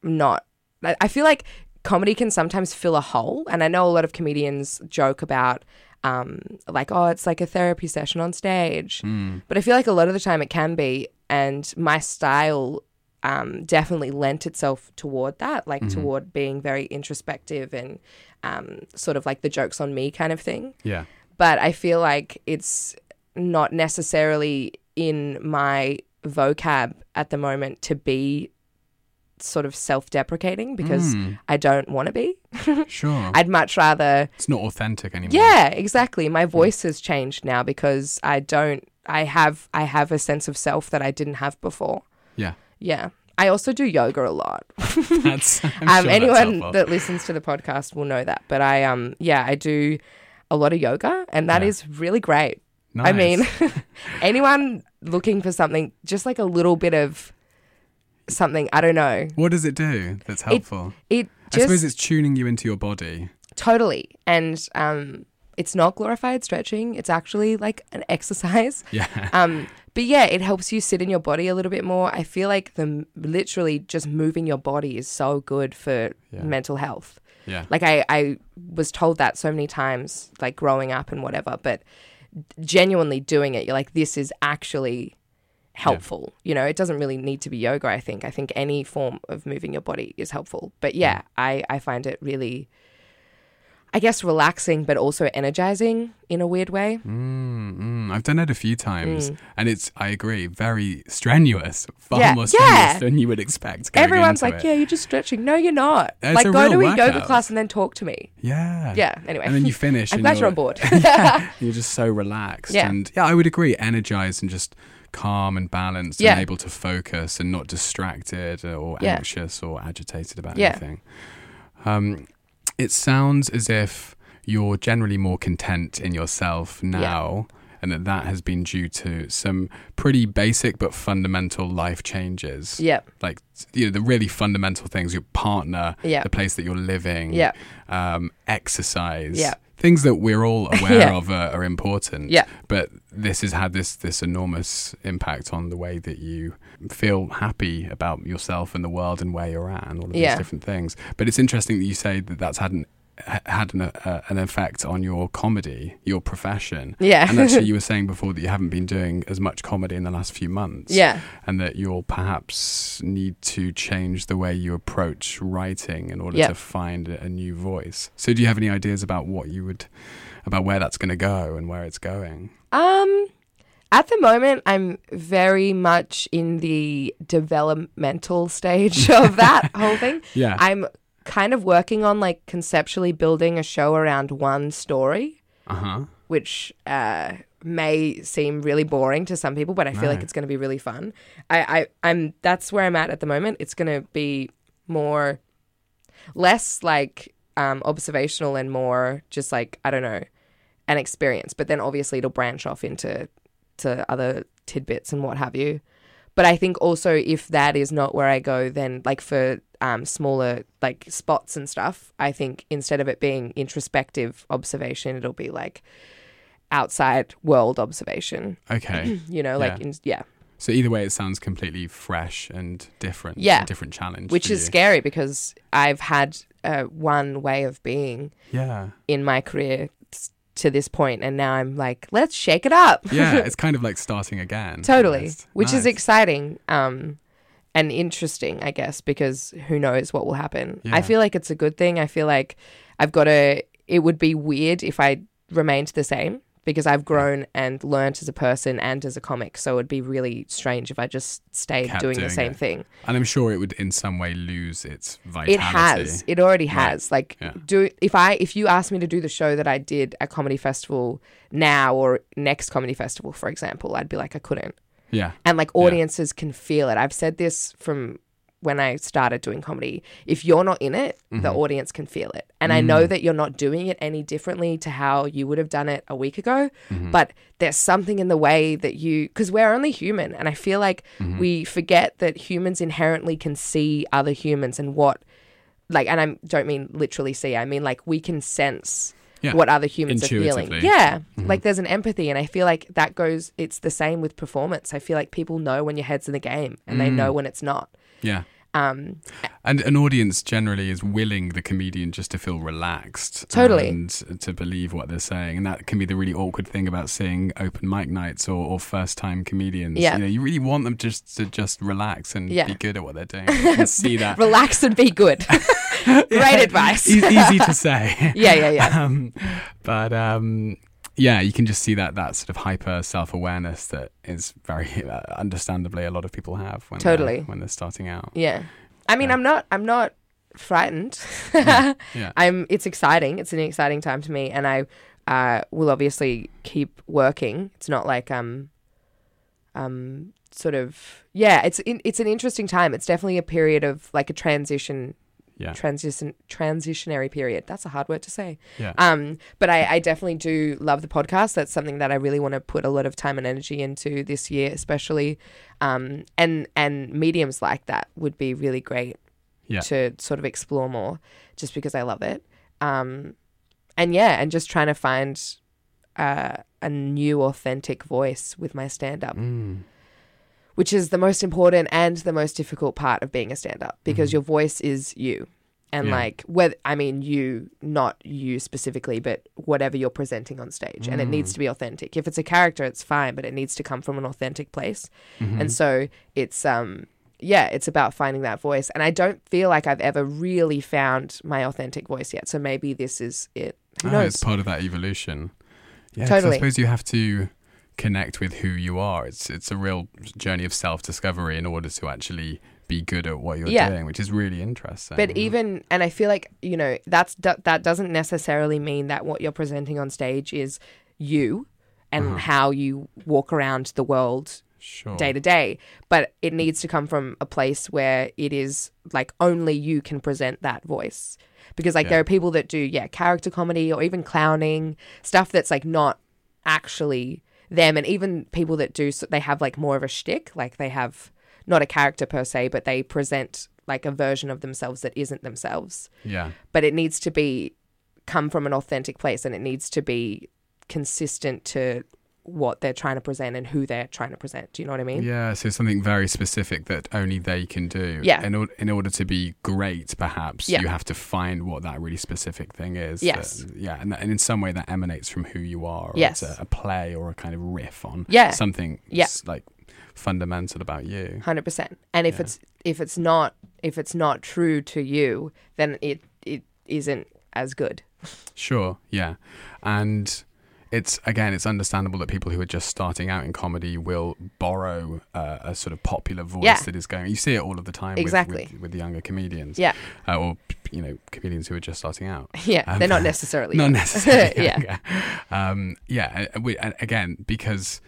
D: not. I I feel like comedy can sometimes fill a hole, and I know a lot of comedians joke about. Um, like oh, it's like a therapy session on stage, but I feel like a lot of the time it can be, and my style um, definitely lent itself toward that, like toward being very introspective and um, sort of like the jokes on me kind of thing.
B: yeah.
D: But I feel like it's not necessarily in my vocab at the moment to be sort of self deprecating because
B: Mm,
D: I don't want to be.
B: sure.
D: I'd much rather
B: it's not authentic anymore.
D: yeah, exactly. My voice has changed now because I don't I have I have a sense of self that I didn't have before.
B: Yeah.
D: Yeah. I also do yoga a lot.
B: That's I'm
D: um
B: sure that's
D: anyone
B: helpful.
D: that listens to the podcast will know that, but I um yeah, I do a lot of yoga and that
B: Yeah.
D: is really great. I
B: Nice.
D: mean, anyone looking for something just like a little bit of something, I don't know.
B: what does it do that's helpful?
D: It
B: I suppose
D: just
B: it's tuning you into your body.
D: Totally. And um, it's not glorified stretching. It's actually like an exercise.
B: Yeah.
D: Um, but yeah, it helps you sit in your body a little bit more. I feel like the literally just moving your body is so good for
B: Yeah.
D: mental health.
B: Yeah.
D: Like I, I was told that so many times, like growing up and whatever, but genuinely doing it, you're like, this is actually helpful. You know, it doesn't really need to be yoga, I think. I think any form of moving your body is helpful. But yeah,
B: Mm.
D: I, I find it really I guess relaxing but also energizing in a weird way.
B: Mm, mm. I've done it a few times, and it's I agree, very strenuous, far
D: Mm. Yeah,
B: more strenuous
D: yeah.
B: than you would expect. going
D: Everyone's
B: into
D: like,
B: it.
D: Yeah, you're just stretching. No, you're not.
B: It's
D: like
B: a
D: go
B: real
D: to a yoga
B: workout.
D: class and then talk to me.
B: yeah,
D: Yeah. Anyway.
B: And then you finish.
D: I'm
B: and
D: glad you're
B: you're
D: on board.
B: You're just so relaxed,
D: Yeah.
B: and yeah, I would agree, energized and just calm and balanced,
D: Yeah.
B: and able to focus and not distracted or
D: Yeah.
B: anxious or agitated about
D: Yeah.
B: anything. Um, it sounds as if you're generally more content in yourself now. And that that has been due to some pretty basic but fundamental life changes.
D: yep.
B: like you know the really fundamental things your partner
D: Yeah.
B: the place that you're living
D: Yeah.
B: um, exercise
D: Yeah.
B: things that we're all aware
D: Yeah.
B: of are, are important
D: Yeah.
B: but this has had this this enormous impact on the way that you feel happy about yourself and the world and where you're at and all of
D: Yeah.
B: these different things but it's interesting that you say that that's had an ha- had an, uh, an effect on your comedy, your profession,
D: Yeah.
B: and actually, you were saying before that you haven't been doing as much comedy in the last few months
D: Yeah.
B: and that you'll perhaps need to change the way you approach writing in order
D: Yeah.
B: to find a a new voice. So, do you have any ideas about what you would, about where that's going to go and where it's going?
D: Um, at the moment, I'm very much in the developmental stage of that whole thing.
B: Yeah.
D: I'm kind of working on like conceptually building a show around one story,
B: Uh huh.
D: which uh, may seem really boring to some people, but I feel like
B: No.
D: it's going to be really fun. I, I, I'm that's where I'm at at the moment. It's going to be more, less like um, observational and more just like I don't know, an experience. But then obviously it'll branch off into to other tidbits and what have you. But I think also if that is not where I go, then like for um, smaller like spots and stuff, I think instead of it being introspective observation, it'll be like outside world observation.
B: Okay.
D: You know, like
B: Yeah.
D: in, yeah,
B: so, either way, it sounds completely fresh and different.
D: Yeah.
B: A different challenge.
D: which
B: for
D: is
B: you.
D: scary because I've had uh, one way of being
B: Yeah.
D: in my career s- to this point, and now I'm like, let's shake it up.
B: Yeah. it's kind of like starting again.
D: Totally,
B: almost.
D: which is
B: Nice.
D: exciting. Um, and interesting, I guess, because who knows what will happen.
B: Yeah.
D: I feel like it's a good thing. I feel like I've got to, it would be weird if I remained the same because I've grown and learnt as a person and as a comic. So it'd be really strange if I just stayed
B: Kept
D: doing,
B: doing
D: the same
B: it.
D: thing.
B: And I'm sure it would in some way lose its vitality.
D: It has. It already has. Like
B: Yeah.
D: do if I if you asked me to do the show that I did at comedy festival now or next comedy festival, for example, I'd be like I couldn't.
B: Yeah.
D: And like
B: Yeah.
D: audiences can feel it. I've said this from when I started doing comedy. If you're not in it, the
B: Mm-hmm.
D: audience can feel it. And I
B: Mm.
D: know that you're not doing it any differently to how you would have done it a week ago,
B: Mm-hmm.
D: but there's something in the way that you, because we're only human. And I feel like
B: Mm-hmm.
D: we forget that humans inherently can see other humans and what, like, and I don't mean literally see, I mean like we can sense.
B: Yeah.
D: What other humans are feeling.
B: Intuitively. Mm-hmm.
D: Yeah. Like there's an empathy. And I feel like that goes, it's the same with performance. I feel like people know when your head's in the game and
B: Mm.
D: they know when it's not.
B: Yeah.
D: Um,
B: And an audience generally is willing the comedian just to feel relaxed.
D: Totally.
B: And to believe what they're saying. And that can be the really awkward thing about seeing open mic nights or, or first time comedians.
D: Yeah.
B: You, know, you really want them just to just relax and
D: Yeah.
B: be good at what they're doing. and see that.
D: relax and be good. Great advice.
B: E- easy to say.
D: yeah, yeah, yeah.
B: um, but um, yeah, you can just see that that sort of hyper self awareness that is very uh, understandably a lot of people have when
D: Totally.
B: they're, when they're starting out.
D: Yeah. I mean, I'm not, I'm not frightened.
B: Yeah,
D: I'm, it's exciting. It's an exciting time to me. And I, uh, will obviously keep working. It's not like, um, um, sort of, yeah, it's, in, it's an interesting time. It's definitely a period of like a transition
B: yeah,
D: transition transitionary period. That's a hard word to say.
B: yeah.
D: Um, but I, I definitely do love the podcast. That's something that I really want to put a lot of time and energy into this year, especially. Um, and and mediums like that would be really great
B: Yeah.
D: to sort of explore more, just because I love it. Um, and yeah, and just trying to find uh, a new authentic voice with my stand up
B: Mm.
D: which is the most important and the most difficult part of being a stand up because your voice is you. And
B: Yeah.
D: like whether I mean you not you specifically but whatever you're presenting on stage and it needs to be authentic. If it's a character it's fine but it needs to come from an authentic place.
B: Mm-hmm.
D: And so it's um yeah, it's about finding that voice and I don't feel like I've ever really found my authentic voice yet. So maybe this is it. Who
B: Oh,
D: knows?
B: it's part of that evolution. Yeah, 'cause I
D: Totally.
B: suppose you have to connect with who you are. It's it's a real journey of self discovery in order to actually be good at what you're
D: Yeah.
B: doing, which is really interesting.
D: But even and I feel like you know that's do- that doesn't necessarily mean that what you're presenting on stage is you and how you walk around the world
B: sure.
D: day to day. But it needs to come from a place where it is like only you can present that voice. Because like there are people that do, yeah, character comedy or even clowning, stuff that's like not actually them. And even people that do, so they have like more of a shtick, like they have not a character per se, but they present like a version of themselves that isn't themselves
B: yeah.
D: but it needs to be come from an authentic place and it needs to be consistent to what they're trying to present and who they're trying to present. Do you know what I mean?
B: Yeah, so something very specific that only they can do.
D: Yeah.
B: In, or- in order to be great, perhaps
D: Yeah.
B: you have to find what that really specific thing is. that-
D: Yes.
B: yeah, and, that, and in some way that emanates from who you are. Or
D: Yes.
B: It's a, a play or a kind of riff on
D: Yeah.
B: something
D: Yeah.
B: s- like fundamental about you.
D: Hundred percent. And if it's if it's not if it's not true to you, then it it isn't as good.
B: Sure. Yeah. And it's again, it's understandable that people who are just starting out in comedy will borrow uh, a sort of popular voice
D: Yeah.
B: that is going. You see it all of the time with-
D: Exactly.
B: with, with, the younger comedians.
D: Yeah.
B: Uh, or you know, comedians who are just starting out.
D: Yeah.
B: Um,
D: they're not necessarily
B: Not necessarily.
D: Yeah.
B: yeah. Um, yeah. uh, We, and again, because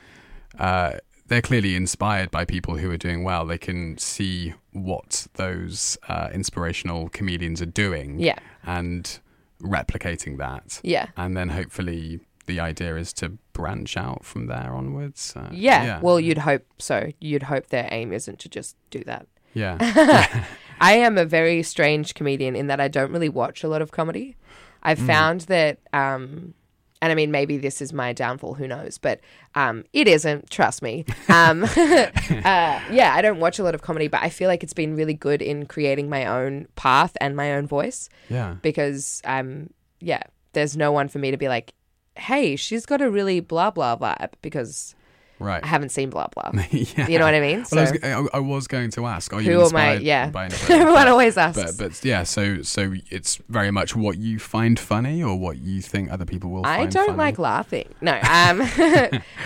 B: uh, they're clearly inspired by people who are doing well, they can see what those uh, inspirational comedians are doing
D: Yeah.
B: and replicating that.
D: Yeah.
B: And then hopefully the idea is to branch out from there onwards. Uh,
D: Yeah. Well you'd hope so. You'd hope their aim isn't to just do that.
B: yeah.
D: I am a very strange comedian in that I don't really watch a lot of comedy. I've
B: Mm.
D: found that, um, and I mean, maybe this is my downfall. Who knows? But um, it isn't. Trust me. Um, uh, yeah, I don't watch a lot of comedy, but I feel like it's been really good in creating my own path and my own voice
B: Yeah.
D: because, um, yeah, there's no one for me to be like, hey, she's got a really blah blah vibe because
B: Right.
D: I haven't seen blah blah.
B: yeah.
D: You know what I mean? So
B: Well, I, was, I, I was going to ask, are you
D: who am I?
B: inspired
D: Yeah.
B: by anybody?
D: Everyone always
B: but
D: asks.
B: but yeah, so so it's very much what you find funny or what you think other people will.
D: I
B: find
D: don't
B: funny.
D: like laughing. No, um,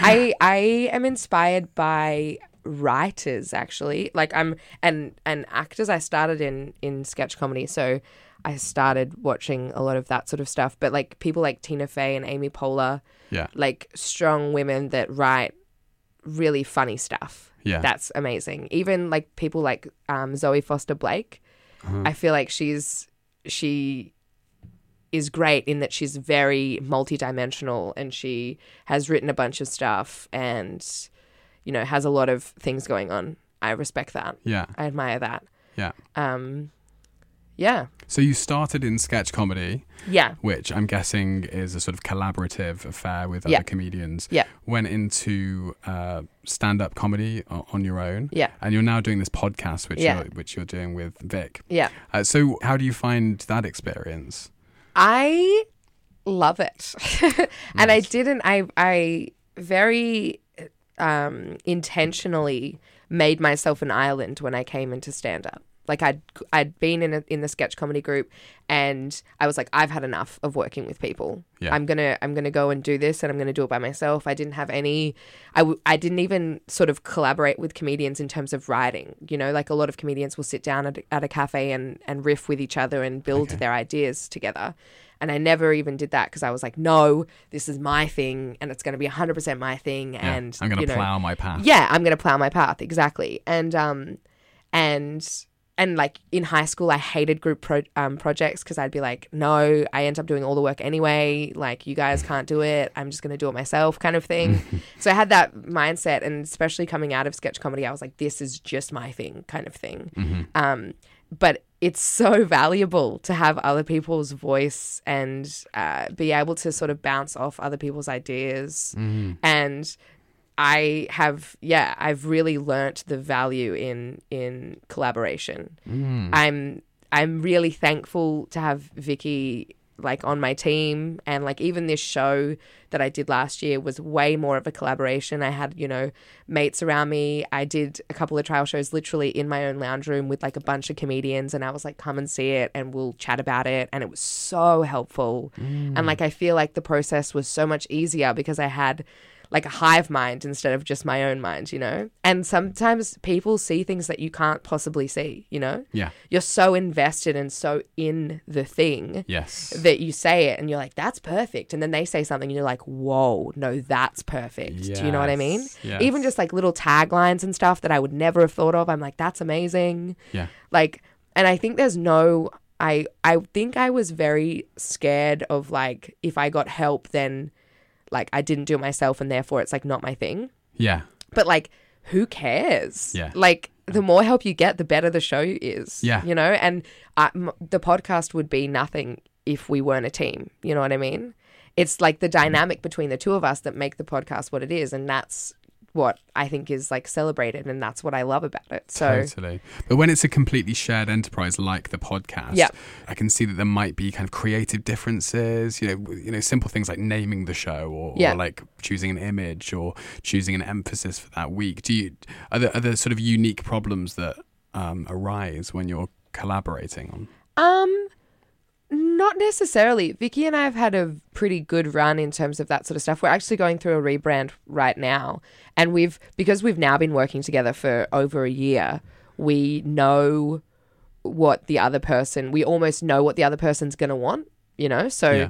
D: I I am inspired by writers actually. Like I'm and and actors. I started in in sketch comedy, so I started watching a lot of that sort of stuff. But like people like Tina Fey and Amy Poehler,
B: Yeah,
D: like strong women that write really funny stuff.
B: yeah,
D: That's amazing. Even like people like um, Zoe Foster Blake, I feel like she's she is great in that she's very multidimensional and she has written a bunch of stuff and you know has a lot of things going on. I respect that.
B: yeah,
D: I admire that.
B: yeah.
D: Um, yeah,
B: So you started in sketch comedy,
D: yeah.
B: which I'm guessing is a sort of collaborative affair with
D: Yeah.
B: other comedians.
D: Yeah.
B: Went into uh, stand-up comedy o- on your own.
D: Yeah.
B: And you're now doing this podcast, which
D: Yeah.
B: you're, which you're doing with Vic.
D: Yeah.
B: Uh, so how do you find that experience?
D: I love it. and I didn't I I very um intentionally made myself an island when I came into stand up. Like I'd I'd been in a, in the sketch comedy group and I was like I've had enough of working with people.
B: Yeah.
D: I'm going to I'm going to go and do this and I'm going to do it by myself. I didn't have any I w- I didn't even sort of collaborate with comedians in terms of writing. You know, like a lot of comedians will sit down at, a- at a cafe and and riff with each other and build their ideas together. And I never even did that because I was like, no, this is my thing and it's going to be 100% my thing.
B: Yeah.
D: And
B: I'm going
D: you
B: to
D: know,
B: plow my path.
D: yeah, I'm gonna plow my path exactly. And um, and and like in high school, I hated group pro- um, projects because I'd be like, no, I end up doing all the work anyway. Like you guys can't do it. I'm just gonna do it myself, kind of thing. so I had that mindset, and especially coming out of sketch comedy, I was like, this is just my thing, kind of thing.
B: Mm-hmm.
D: Um, but it's so valuable to have other people's voice and uh, be able to sort of bounce off other people's ideas and I have yeah, I've really learnt the value in in collaboration. I'm I'm really thankful to have Vicky like on my team and like even this show that I did last year was way more of a collaboration. I had, you know, mates around me. I did a couple of trial shows literally in my own lounge room with like a bunch of comedians and I was like come and see it and we'll chat about it and it was so helpful. And like I feel like the process was so much easier because I had like a hive mind instead of just my own mind, you know? And sometimes people see things that you can't possibly see, you know?
B: Yeah.
D: You're so invested and so in the thing
B: Yes.
D: that you say it and you're like, that's perfect. And then they say something and you're like, whoa, no, that's perfect. Do you know what I mean?
B: Yes, yes.
D: Even just like little taglines and stuff that I would never have thought of. I'm like, that's amazing
B: yeah.
D: like and i think there's no i i think i was very scared of like if i got help then like i didn't do it myself and therefore it's like not my thing
B: Yeah.
D: but like who cares
B: Yeah.
D: like the more help you get the better the show is
B: Yeah.
D: you know and I m the podcast would be nothing if we weren't a team you know what i mean it's like the
B: Mm-hmm.
D: dynamic between the two of us that make the podcast what it is and that's what i think is like celebrated and that's what i love about it so
B: Totally. But when it's a completely shared enterprise like the podcast,
D: Yeah.
B: I can see that there might be kind of creative differences, you know, w- you know, simple things like naming the show or,
D: Yeah.
B: or like choosing an image or choosing an emphasis for that week. Do you are there, are there sort of unique problems that um, arise when you're collaborating on?
D: Um, not necessarily. Vicky and I have had a pretty good run in terms of that sort of stuff. We're actually going through a rebrand right now, and we've because we've now been working together for over a year. We know what the other person. We almost know what the other person's gonna want. You know, so
B: Yeah.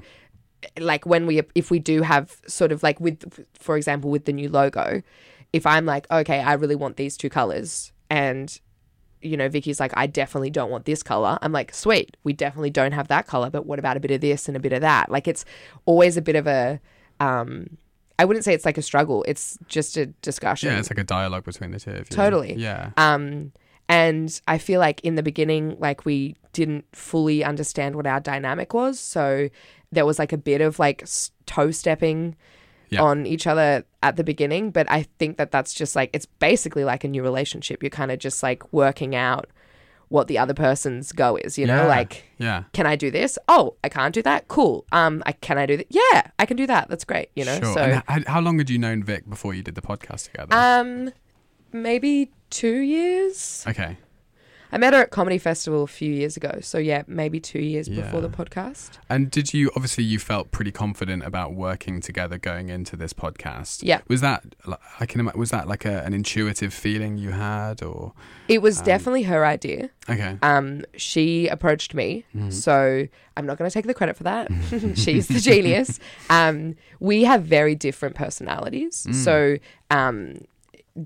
D: like when we if we do have sort of like with for example with the new logo if i'm like okay i really want these two colors and you know vicky's like i definitely don't want this color i'm like sweet we definitely don't have that color but what about a bit of this and a bit of that like it's always a bit of a um i wouldn't say it's like a struggle it's just a discussion
B: Yeah, it's like a dialogue between the two of you.
D: Totally.
B: Yeah.
D: um, and I feel like in the beginning, like we didn't fully understand what our dynamic was. So there was like a bit of like s- toe stepping
B: Yeah.
D: on each other at the beginning. But I think that that's just like, it's basically like a new relationship. You're kind of just like working out what the other person's go is, you know?
B: Yeah,
D: Like,
B: yeah,
D: can I do this? Oh, I can't do that. Cool. Um, I can I do that? Yeah, I can do that. That's great, you know?
B: sure.
D: So,
B: And h- how long had you known Vic before you did the podcast together?
D: um, maybe two years.
B: okay,
D: I met her at comedy festival a few years ago. So yeah, maybe two years before
B: Yeah.
D: the podcast.
B: and did you obviously you felt pretty confident about working together going into this podcast?
D: Yeah.
B: was that li- I can imagine was that like a, an intuitive feeling you had or
D: It was definitely her idea.
B: okay?
D: Um, she approached me, so I'm not going to take the credit for that. She's the genius. Um, we have very different personalities, so um,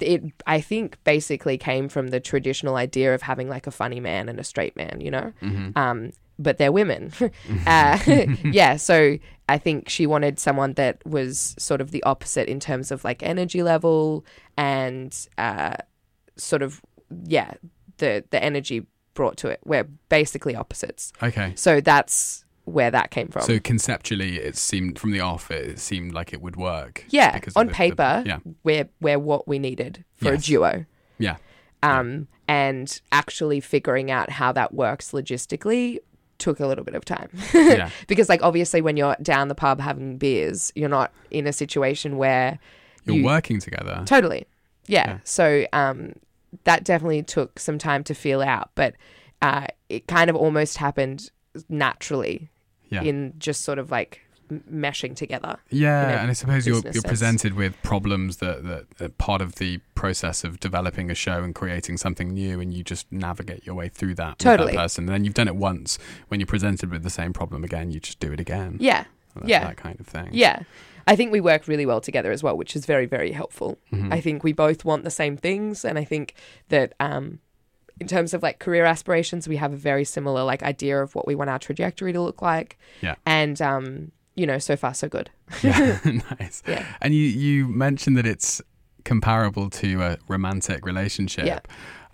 D: it I think basically came from the traditional idea of having like a funny man and a straight man, you know.
B: Mm-hmm.
D: Um, but they're women. uh, yeah, so I think she wanted someone that was sort of the opposite in terms of like energy level and uh, sort of yeah the the energy brought to it. We're basically opposites.
B: Okay.
D: So that's where that came from.
B: So conceptually, it seemed from the off, it seemed like it would work.
D: yeah,
B: because of
D: on
B: the- the-
D: paper,
B: yeah,
D: we're we're what we needed for
B: Yes.
D: a duo.
B: yeah,
D: Um, and actually figuring out how that works logistically took a little bit of time.
B: yeah,
D: because like obviously when you're down the pub having beers, you're not in a situation where
B: you're
D: you-
B: working together.
D: Totally. Yeah.
B: Yeah.
D: So um, that definitely took some time to feel out, but uh, it kind of almost happened naturally
B: Yeah.
D: in just sort of like m- meshing together.
B: yeah,
D: you know,
B: and I suppose you're you're
D: business sense.
B: presented with problems that, that are part of the process of developing a show and creating something new, and you just navigate your way through that with
D: Totally.
B: that person. And then you've done it once. When you're presented with the same problem again, you just do it again.
D: Yeah.
B: that,
D: yeah.
B: that kind of thing.
D: Yeah. I think we work really well together as well, which is very, very helpful.
B: Mm-hmm. Mm.
D: I think we both want the same things. And I think that um, in terms of like career aspirations, we have a very similar like idea of what we want our trajectory to look like.
B: Yeah.
D: And, um, you know, so far, so good.
B: Yeah, nice.
D: Yeah.
B: And you you mentioned that it's comparable to a romantic relationship,
D: Yeah.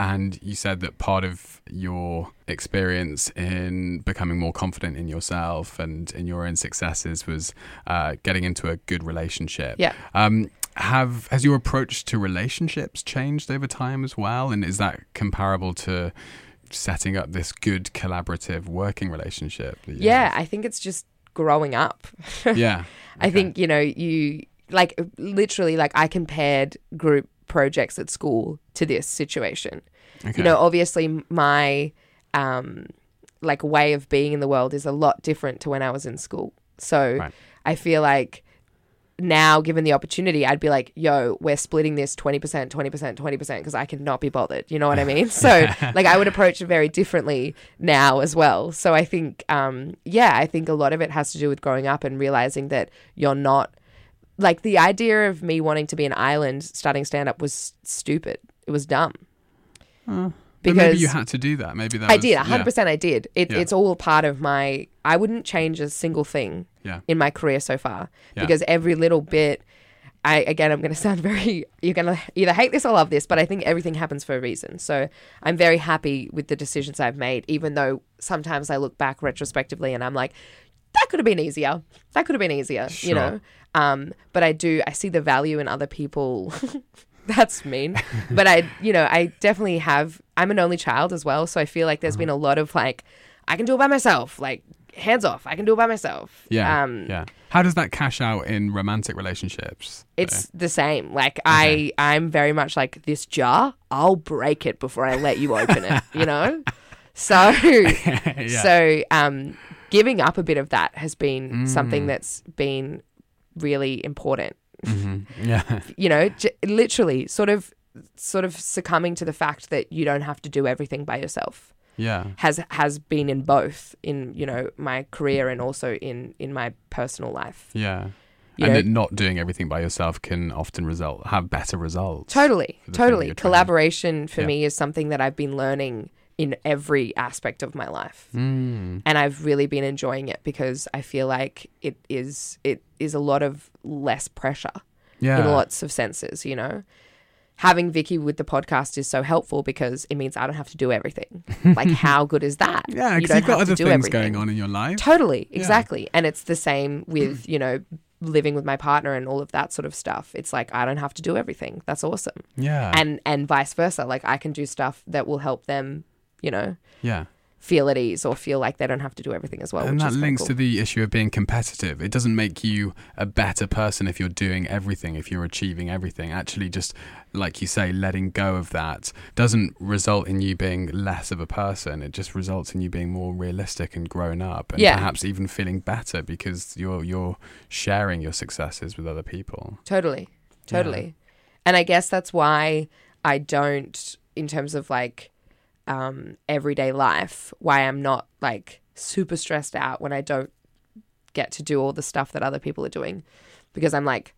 B: and you said that part of your experience in becoming more confident in yourself and in your own successes was uh, getting into a good relationship.
D: Yeah.
B: Um, have has your approach to relationships changed over time as well, and is that comparable to? setting up this good collaborative working relationship that you
D: Yeah,
B: have?
D: I think it's just growing up.
B: yeah
D: I think, you know, you like literally like I compared group projects at school to this situation.
B: Okay.
D: You know, obviously my um like way of being in the world is a lot different to when I was in school. So
B: Right.
D: I feel like now given the opportunity I'd be like yo we're splitting this 20% 20% 20% because I cannot be bothered you know what I mean so like I would approach it very differently now as well so I think um yeah I think a lot of it has to do with growing up and realizing that you're not like the idea of me wanting to be an island starting stand up was stupid it was dumb
B: Hmm. But maybe you had to do that maybe that
D: I
B: was,
D: did,
B: yeah.
D: 100% I did. It,
B: Yeah.
D: It's all part of my, I wouldn't change a single thing
B: Yeah.
D: in my career so far
B: Yeah.
D: because every little bit, I, again, I'm going to sound very, you're going to either hate this or love this, but I think everything happens for a reason. So I'm very happy with the decisions I've made, even though sometimes I look back retrospectively and I'm like, that could have been easier. That could have been easier,
B: Sure.
D: you know? Um, but I do, I see the value in other people that's mean. but I, you know, I definitely have. I'm an only child as well, so I feel like there's
B: Uh-huh.
D: been a lot of like, I can do it by myself. Like hands off, I can do it by myself.
B: Yeah.
D: Um,
B: yeah. How does that cash out in romantic relationships?
D: It's the same. Like I, I'm very much like this jar. I'll break it before I let you open it. You know. So,
B: yeah.
D: so um, giving up a bit of that has been
B: Mm.
D: something that's been really important.
B: Mm-hmm. yeah.
D: you know, j- literally sort of sort of succumbing to the fact that you don't have to do everything by yourself
B: Yeah.
D: has has been in both in you know my career and also in in my personal life
B: Yeah.
D: You
B: and
D: know-
B: that not doing everything by yourself can often result have better results.
D: totally
B: For the thing that
D: totally
B: you're trying-
D: collaboration for
B: Yeah.
D: me is something that i've been learning in every aspect of my life
B: Mm.
D: and I've really been enjoying it because I feel like it is it is a lot of less pressure
B: Yeah.
D: in lots of senses, you know. Having Vicky with the podcast is so helpful because it means I don't have to do everything. Like how good is that?
B: Yeah,
D: You
B: because you've got
D: don't have to
B: other
D: do
B: things
D: everything.
B: going on in your life.
D: Totally, exactly. And it's the same with, you know, living with my partner and all of that sort of stuff. It's like I don't have to do everything. That's awesome.
B: yeah.
D: And and vice versa. Like I can do stuff that will help them you know,
B: Yeah.
D: feel at ease or feel like they don't have to do everything as well.
B: and
D: which
B: that
D: is kinda
B: links
D: cool.
B: to the issue of being competitive. It doesn't make you a better person if you're doing everything, if you're achieving everything. Actually, just like you say, letting go of that doesn't result in you being less of a person. It just results in you being more realistic and grown up, and
D: Yeah.
B: perhaps even feeling better because you're you're sharing your successes with other people.
D: Totally. Totally. And I guess that's why I don't, in terms of like um, everyday life, why I'm not like super stressed out when I don't get to do all the stuff that other people are doing. Because I'm like,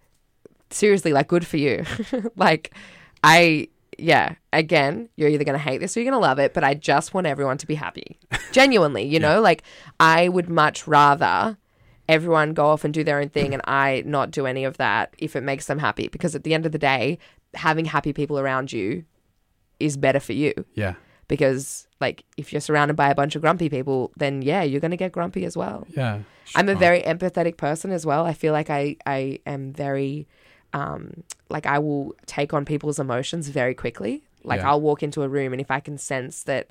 D: seriously, like, good for you. like, I, yeah, again, you're either going to hate this or you're going to love it, but I just want everyone to be happy. Genuinely, you know, like, I would much rather everyone go off and do their own thing and I not do any of that if it makes them happy. Because at the end of the day, having happy people around you is better for you.
B: Yeah.
D: Because, like, if you're surrounded by a bunch of grumpy people, then yeah, you're going to get grumpy as well.
B: Yeah.
D: I'm a
B: Sure.
D: very empathetic person as well. I feel like I, I am very, um, like, I will take on people's emotions very quickly. Like,
B: Yeah.
D: I'll walk into a room and if I can sense that.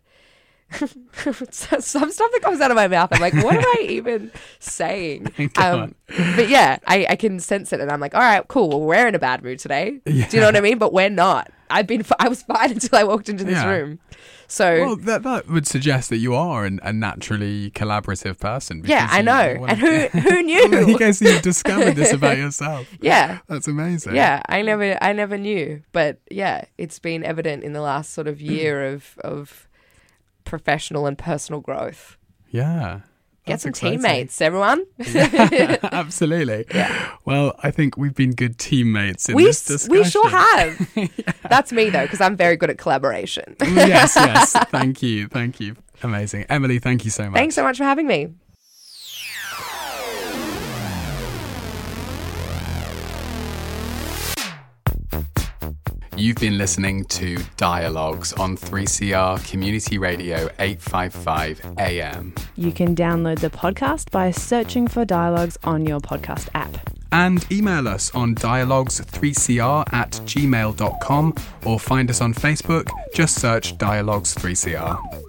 D: some stuff that comes out of my mouth, I'm like, what am I even saying?
B: Go on.
D: um, but yeah, I, I can sense it, and I'm like, all right, cool. Well, we're in a bad mood today. Do you
B: Yeah.
D: know what I mean? But we're not. I've been. fi- I was fine until I walked into this
B: Yeah.
D: room. So
B: Well, that, that would suggest that you are an, a naturally collaborative person.
D: yeah,
B: because
D: I
B: you
D: know.
B: wanna-
D: And who who
B: you
D: knew?
B: Oh guys you discovered this about yourself.
D: yeah,
B: That's amazing.
D: yeah. I never I never knew, but yeah, it's been evident in the last sort of year of of professional and personal growth.
B: Yeah.
D: Get
B: That's
D: some
B: exciting.
D: teammates, everyone.
B: Absolutely. Well, I think we've been good teammates in
D: We
B: this
D: s-
B: discussion.
D: we sure have. That's me though, because I'm very good at collaboration.
B: Mm, yes, yes. Thank you. Thank you. Amazing. Emily, thank you so much.
D: Thanks so much for having me.
B: You've been listening to Dialogues on 3CR Community Radio 855 AM.
A: You can download the podcast by searching for dialogues on your podcast app.
B: And email us on dialogues3cr at gmail.com or find us on Facebook. Just search Dialogues3CR.